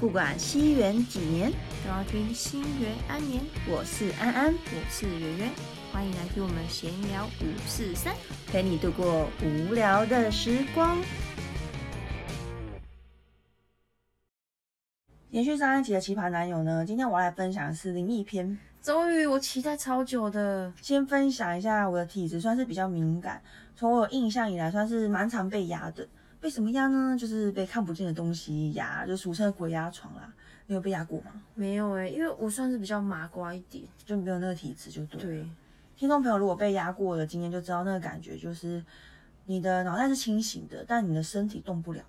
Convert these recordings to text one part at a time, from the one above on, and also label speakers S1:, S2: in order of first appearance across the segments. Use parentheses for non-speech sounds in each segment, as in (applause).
S1: 不管西元几年，
S2: 都要听新元安年。
S1: 我是安安，
S2: 我是圆圆，欢迎来听我们闲聊五四三。
S1: 陪你度过无聊的时光。延续上一集的奇葩男友呢，今天我要来分享的是灵异篇。
S2: 终于，我期待超久的。
S1: 先分享一下我的体质，算是比较敏感，从我有印象以来，算是蛮常被压的。被什么压呢？就是被看不见的东西压，就俗称的鬼压床啦。你有被压过吗？
S2: 没有诶、因为我算是比较麻瓜一点。
S1: 就没有那个体质，就对了。
S2: 对，
S1: 听众朋友如果被压过的经验，就知道那个感觉就是你的脑袋是清醒的，但你的身体动不了。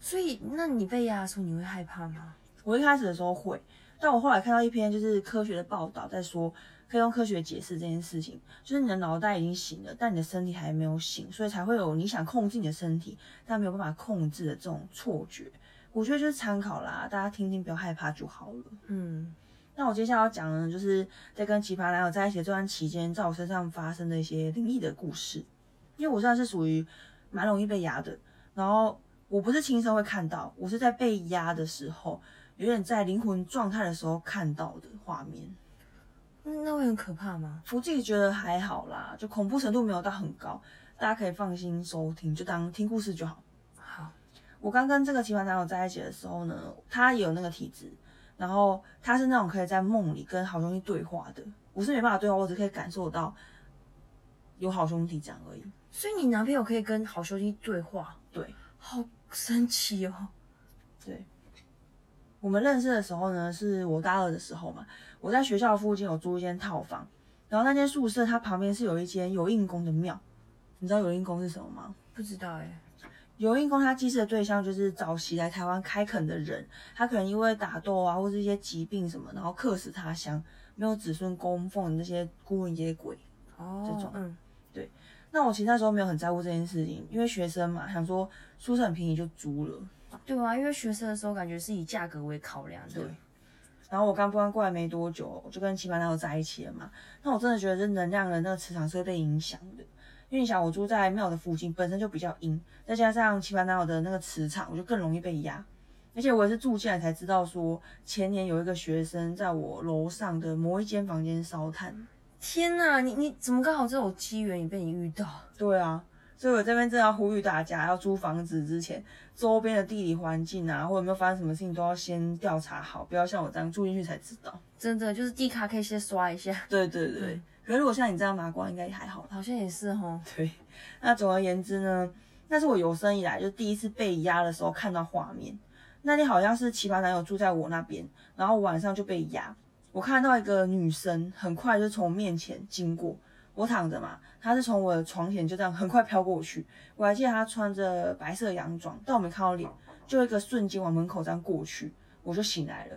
S2: 所以那你被压的时候，你会害怕吗？
S1: 我一开始的时候会，但我后来看到一篇就是科学的报道，在说可以用科学解释这件事情，就是你的脑袋已经醒了，但你的身体还没有醒，所以才会有你想控制你的身体，但没有办法控制的这种错觉。我觉得就是参考啦，大家听听，不要害怕就好了。
S2: 嗯，
S1: 那我接下来要讲的呢，就是在跟奇葩男友在一起的这段期间，在我身上发生的一些灵异的故事。因为我算是属于蛮容易被压的，然后我不是亲身会看到，我是在被压的时候，有点在灵魂状态的时候看到的画面。
S2: 那那会很可怕吗？
S1: 我自己觉得还好啦，就恐怖程度没有到很高，大家可以放心收听，就当听故事就好。
S2: 好，
S1: 我刚跟这个奇葩男友在一起的时候呢，他也有那个体质，然后他是那种可以在梦里跟好兄弟对话的，我是没办法对话，我只可以感受到有好兄弟这样而已。
S2: 所以你男朋友可以跟好兄弟对话，
S1: 对，
S2: 好神奇哦。
S1: 对，我们认识的时候呢，是我大二的时候嘛，我在学校附近有租一间套房，然后那间宿舍它旁边是有一间有印宫的庙，你知道有印宫是什么吗？
S2: 不知道欸诶、
S1: 游印宫它祭祀的对象就是早期来台湾开垦的人，他可能因为打斗啊，或是一些疾病什么，然后客死他乡，没有子孙供奉那些孤魂野鬼。
S2: 哦，
S1: 这种
S2: 嗯，
S1: 那我其实那时候没有很在乎这件事情，因为学生嘛，想说宿舍很便宜就租了。
S2: 对啊，因为学生的时候感觉是以价格为考量的。
S1: 对然后我刚搬过来没多久，我就跟七班男友在一起了嘛。那我真的觉得这能量的那个磁场是会被影响的，因为你想我住在庙的附近，本身就比较阴，再加上七班男友的那个磁场，我就更容易被压。而且我也是住进来才知道说前年有一个学生在我楼上的某一间房间烧炭。
S2: 天呐，你你怎么刚好这种机缘也被你遇到？
S1: 对啊，所以我这边真的要呼吁大家，要租房子之前，周边的地理环境啊，或者有没有发生什么事情，都要先调查好，不要像我这样住进去才知道。
S2: 真的就是地卡可以先刷一下，
S1: 对对对，
S2: 对
S1: 可是如果像你这样麻瓜，应该也还好啦。
S2: 好像也是哦。
S1: 对，那总而言之呢，那是我有生以来就第一次被压的时候看到画面。那天好像是奇葩男友住在我那边，然后晚上就被压。我看到一个女生很快就从面前经过，我躺着嘛，她是从我的床前就这样很快飘过去。我还记得她穿着白色洋装，但我没看到脸，就一个瞬间往门口这样过去，我就醒来了。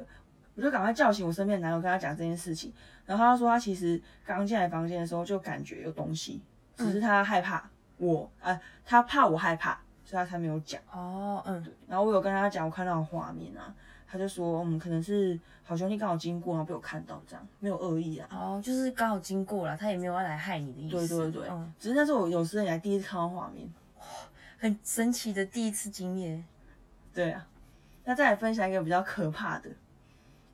S1: 我就赶快叫醒我身边的男友，跟他讲这件事情。然后他说他其实刚进来房间的时候就感觉有东西，只是他害怕我，啊，他怕我害怕，所以他才没有讲。
S2: 哦，嗯，
S1: 然后我有跟他讲我看到的画面啊，他就说嗯，可能是好兄弟刚好经过，然后被我看到这样，没有恶意啊。
S2: 哦，就是刚好经过了，他也没有要来害你的意
S1: 对
S2: 思。
S1: 对对，
S2: 嗯，
S1: 只是那是我有生以来第一次看到画面。
S2: 很神奇的第一次经验。
S1: 对啊，那再来分享一个比较可怕的，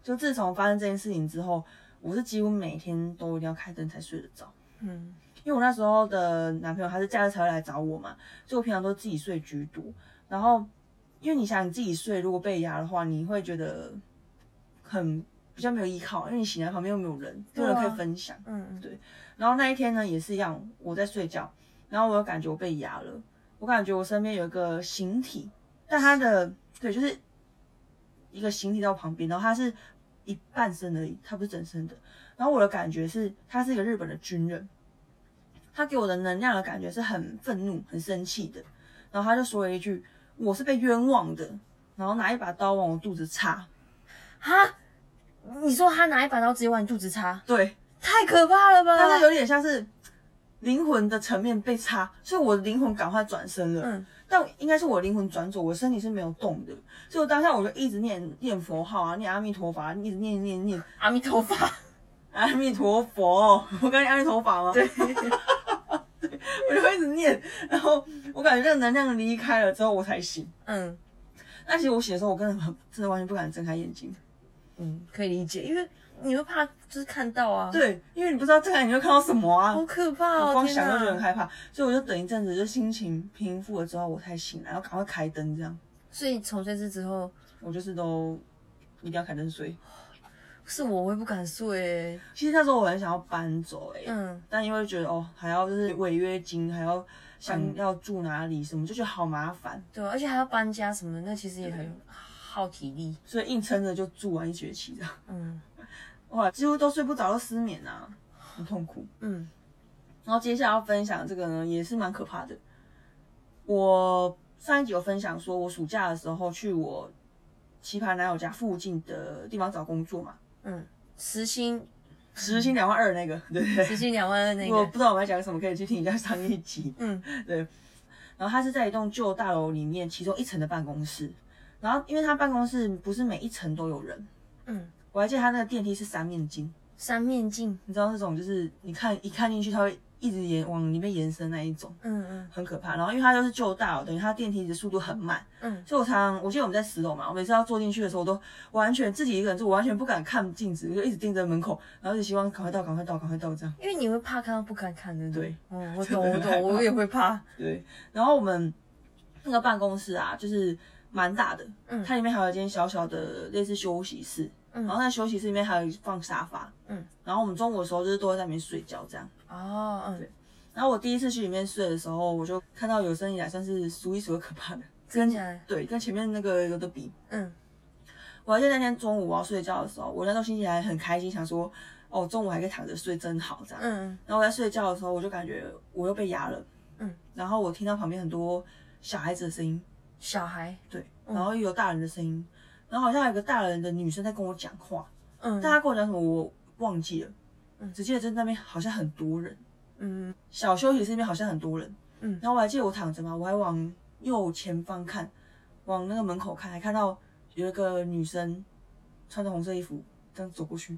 S1: 就自从发生这件事情之后，我是几乎每天都一定要开灯才睡得着。
S2: 嗯，
S1: 因为我那时候的男朋友他是假日才会来找我嘛，所以我平常都自己睡居多。然后，因为你想你自己睡，如果被压的话，你会觉得很比较没有依靠，因为你醒来旁边又没有人，没
S2: 对
S1: 有
S2: 啊
S1: 人可以分享。
S2: 嗯
S1: 对然后那一天呢也是一样，我在睡觉，然后我有感觉我被压了，我感觉我身边有一个形体，但它的对就是一个形体在我旁边，然后它是一半身而已，它不是整身的。然后我的感觉是，他是一个日本的军人，他给我的能量的感觉是很愤怒、很生气的。然后他就说了一句：“我是被冤枉的。”然后拿一把刀往我肚子插，
S2: 哈，你说他拿一把刀直接往你肚子插，
S1: 对，
S2: 太可怕了吧？
S1: 但是有点像是灵魂的层面被插，所以我的灵魂赶快转身了。
S2: 嗯
S1: 但应该是我灵魂转左，我身体是没有动的，所以我当下我就一直念念佛号啊，念阿弥陀佛啊，一直念念念 (laughs)
S2: 阿弥陀佛，
S1: 阿弥陀佛， (laughs) 我刚才阿弥陀佛吗？对， (laughs) 我就一直念，然后我感觉这个能量离开了之后我才醒，
S2: 嗯，
S1: 那其实我写的时候，我根本真的完全不敢睁开眼睛。
S2: 嗯，可以理解，因为你会怕就是看到啊，，
S1: 对，因为你不知道睁开眼睛会看到什么啊
S2: 好，可怕
S1: 我
S2: 哦，
S1: 光
S2: 天
S1: 想就觉得很
S2: 哪！
S1: 害怕，所以我就等一阵子，就心情平复了之后，我才醒来，然后赶快开灯，这样
S2: 所以从这次之后，
S1: 我就是都一定要开灯睡。
S2: 是我会不敢睡欸，
S1: 其实那时候我很想要搬走、欸，
S2: 嗯，
S1: 但因为觉得哦，还要就是违约金，还要
S2: 嗯
S1: 想要住哪里什么，就觉得好麻烦，
S2: 对啊，而且还要搬家什么的，那其实也很耗体力，
S1: 所以硬撑着就住啊完一学期这样。
S2: 嗯
S1: 哇，几乎都睡不着，都失眠啊，很痛苦。
S2: 嗯，
S1: 然后接下来要分享这个呢，也是蛮可怕的。我上一集有分享说，我暑假的时候去我奇葩男友家附近的地方找工作嘛，
S2: 嗯时
S1: (laughs)
S2: 薪
S1: 时薪两万二那个，对不对？
S2: 时薪两万二那
S1: 我
S2: 个，
S1: 不知道我们在讲什么，可以去听一下上一集。
S2: 嗯，
S1: 然后他是在一栋旧大楼里面其中一层的办公室，然后因为他办公室不是每一层都有人，
S2: 嗯，
S1: 我还记得他那个电梯是三面镜，
S2: 三面镜，
S1: 你知道那种就是你看一看进去，它会一直延往里面延伸那一种。
S2: 嗯嗯
S1: 很可怕。然后因为它又是旧大楼，等于它电梯的速度很慢，
S2: 嗯，
S1: 所以我常我记得我们在十楼嘛，我每次要坐进去的时候，我都完全自己一个人住，我完全不敢看镜子，我就一直盯着门口，然后就希望赶快到，赶快到，赶快到这样。
S2: 因为你会怕看到不敢看，对不对
S1: 对？
S2: 嗯，我懂，我
S1: 真的很害
S2: 懂，
S1: 怕
S2: 我也会怕，
S1: 对，然后我们那个办公室啊，就是蛮大的，
S2: 嗯
S1: 它里面还有一间小小的类似休息室， (laughs)
S2: 嗯
S1: 然后那休息室里面还有放沙发，
S2: 嗯，
S1: 然后我们中午的时候就是都会在里面睡觉这样。
S2: 哦，嗯，
S1: 然后我第一次去里面睡的时候，我就看到有生以来算是数一数二可怕的，
S2: 真假的，
S1: 对，跟前面那个有的比，
S2: 嗯
S1: 我还记得那天中午我要睡觉的时候，我那时候心情还很开心，想说哦，中午还可以躺着睡，真好这样。
S2: 嗯
S1: 然后我在睡觉的时候，我就感觉我又被压了，
S2: 嗯，
S1: 然后我听到旁边很多小孩子的声音，
S2: 嗯，小孩，
S1: 对，然
S2: 嗯
S1: 后又有大人的声音，然后好像有个大人的女生在跟我讲话，
S2: 嗯，
S1: 但她跟我讲什么我忘记了，
S2: 嗯
S1: 只记得在那边好像很多人，
S2: 嗯
S1: 小休息室那边好像很多人，
S2: 嗯
S1: 然后我还记得我躺着嘛，我还往右前方看，往那个门口看，还看到有一个女生穿着红色衣服这样走过去，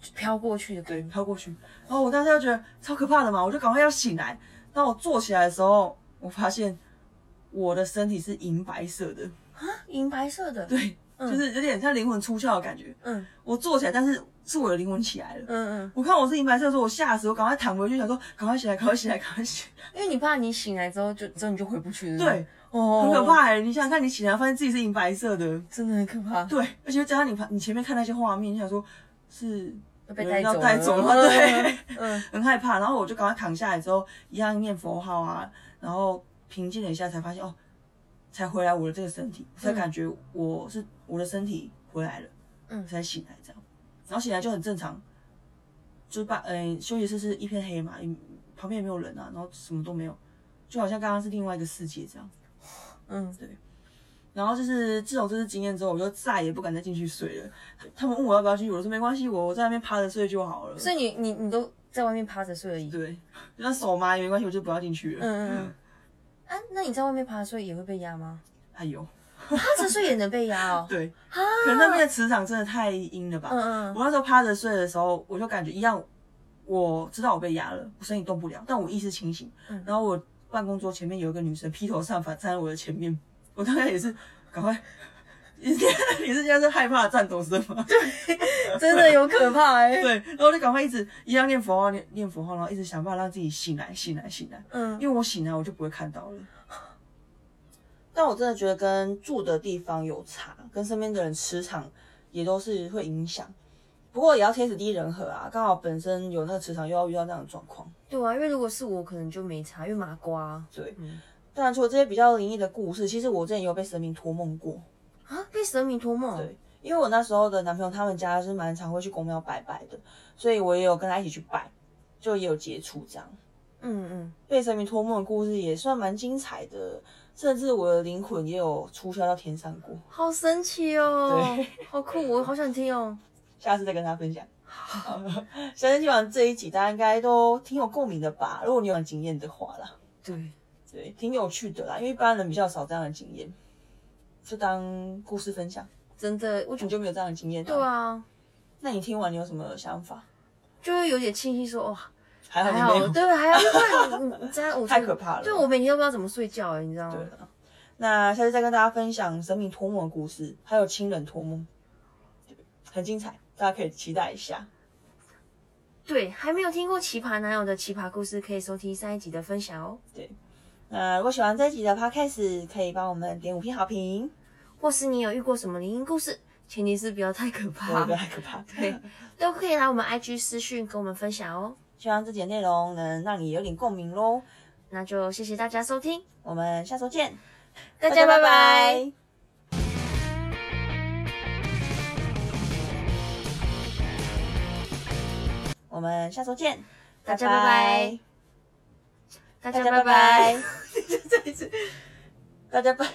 S2: 就飘过去的感觉，
S1: 飘过去，然后我当时就觉得超可怕的嘛，我就赶快要醒来。当我坐起来的时候，我发现我的身体是银白色的，
S2: 啊银白色的，
S1: 对，
S2: 嗯
S1: 就是有点像灵魂出窍的感觉。
S2: 嗯
S1: 我坐起来，但是是我的灵魂起来了。
S2: 嗯
S1: 我看我是银白色的时候，我吓死，我赶快躺回去，想说赶快起来，赶快起来，赶快起来。
S2: 嗯，因为你怕你醒来之后就之后你就回不去了，
S1: 对，
S2: 哦，
S1: 很可，怕哎、你想想看，你醒来发现自己是银白色的，
S2: 真的很可怕，
S1: 对，而且加上你旁你前面看那些画面，你想说是
S2: 要被
S1: 有
S2: 带
S1: 人要
S2: 走了，
S1: 带走
S2: (laughs)
S1: 了对
S2: 嗯，嗯
S1: 很害怕，然后我就赶快躺下来之后，一样念佛号啊，然后平静了一下，才发现哦，才回来我的这个身体，才感觉我是我的身体回来了，
S2: 嗯
S1: 才醒来这样，然后醒来就很正常，就是把嗯、休息室是一片黑嘛，嗯旁边也没有人啊，然后什么都没有，就好像刚刚是另外一个世界这样。
S2: 嗯，
S1: 然后就是自从这次经验之后，我就再也不敢再进去睡了。他们问我要不要进去，我说没关系，我我在那边趴着睡就好了。
S2: 所以你你你都在外面趴着睡而已，
S1: 对，就算手麻也没关系，我就不要进去了。
S2: 嗯嗯嗯。啊，那你在外面趴着睡也会被压吗？
S1: 哎呦，
S2: 趴着睡也能被压
S1: (laughs)
S2: 哦。
S1: 对，可能那边的磁场真的太阴了吧。
S2: 嗯嗯
S1: 我那时候趴着睡的时候，我就感觉一样，我知道我被压了，我身体动不了，但我意识清醒。
S2: 嗯
S1: 然后我办公桌前面有一个女生披头散发站在我的前面，我大概也是赶快。你是你是现在是害怕的战斗声吗？
S2: 嗯，真的有可怕哎。
S1: 对，然后我就赶快一直一样念佛号，念念佛号，然后一直想办法让自己醒来，醒来，醒来。
S2: 嗯
S1: 因为我醒来我就不会看到了。 (laughs) 但我真的觉得跟住的地方有差，跟身边的人磁场也都是会影响。不过也要天时地利人和啊，刚好本身有那个磁场，又要遇到那样的状况。
S2: 对啊，因为如果是我，可能就没差，因为麻瓜啊，
S1: 对，
S2: 嗯
S1: 当然除了这些比较灵异的故事，其实我之前也有被神明托梦过。
S2: 啊被神明托梦。
S1: 嗯对，因为我那时候的男朋友他们家是蛮常会去公庙拜拜的，所以我也有跟他一起去拜，就也有接触这样。
S2: 嗯嗯，
S1: 被神明托梦的故事也算蛮精彩的，甚至我的灵魂也有出销到天上过。
S2: 好神奇哦，好酷，我好想听哦。
S1: 下次再跟大家分享。 (laughs) 相信听完这一集，大家应该都挺有共鸣的吧？如果你有经验的话啦，
S2: 对，
S1: 对，挺有趣的啦，因为一般人比较少这样的经验，就当故事分享。
S2: 真的，我
S1: 你
S2: 觉得
S1: 就没有这样的经验，
S2: 对。啊，
S1: 那你听完你有什么想法？
S2: 就会有点庆幸说，哇，
S1: 还好
S2: 还
S1: 你没
S2: 好，
S1: 有， (laughs)
S2: 对，还好，因为你你这样我
S1: 太可怕了
S2: 对我每天都不知道怎么睡觉哎，你知道吗
S1: 对？了。啊那下次再跟大家分享神明托梦的故事，还有亲人托梦，很精彩，大家可以期待一下。
S2: 对，还没有听过奇葩男友的奇葩故事，可以收听上一集的分享哦。
S1: 那如果喜欢这一集的 podcast，可以帮我们点五星好评，
S2: 或是你有遇过什么灵异故事，前提是不要太可
S1: 对，
S2: 怕
S1: 不，要太可怕。
S2: 对，都可以来我们 IG 私讯跟我们分享哦。
S1: 希望这集的内容能让你有点共鸣喽。
S2: 那就谢谢大家收听，
S1: 我们下周见，
S2: 大家拜拜。
S1: 我们下周见，
S2: 大家拜拜大
S1: 大
S2: 家
S1: 家
S2: 拜
S1: 拜
S2: 拜
S1: 拜，。
S2: (laughs)
S1: 再 (laughs) 一次，大家拜，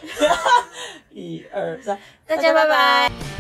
S1: 一二三，
S2: 大家拜拜。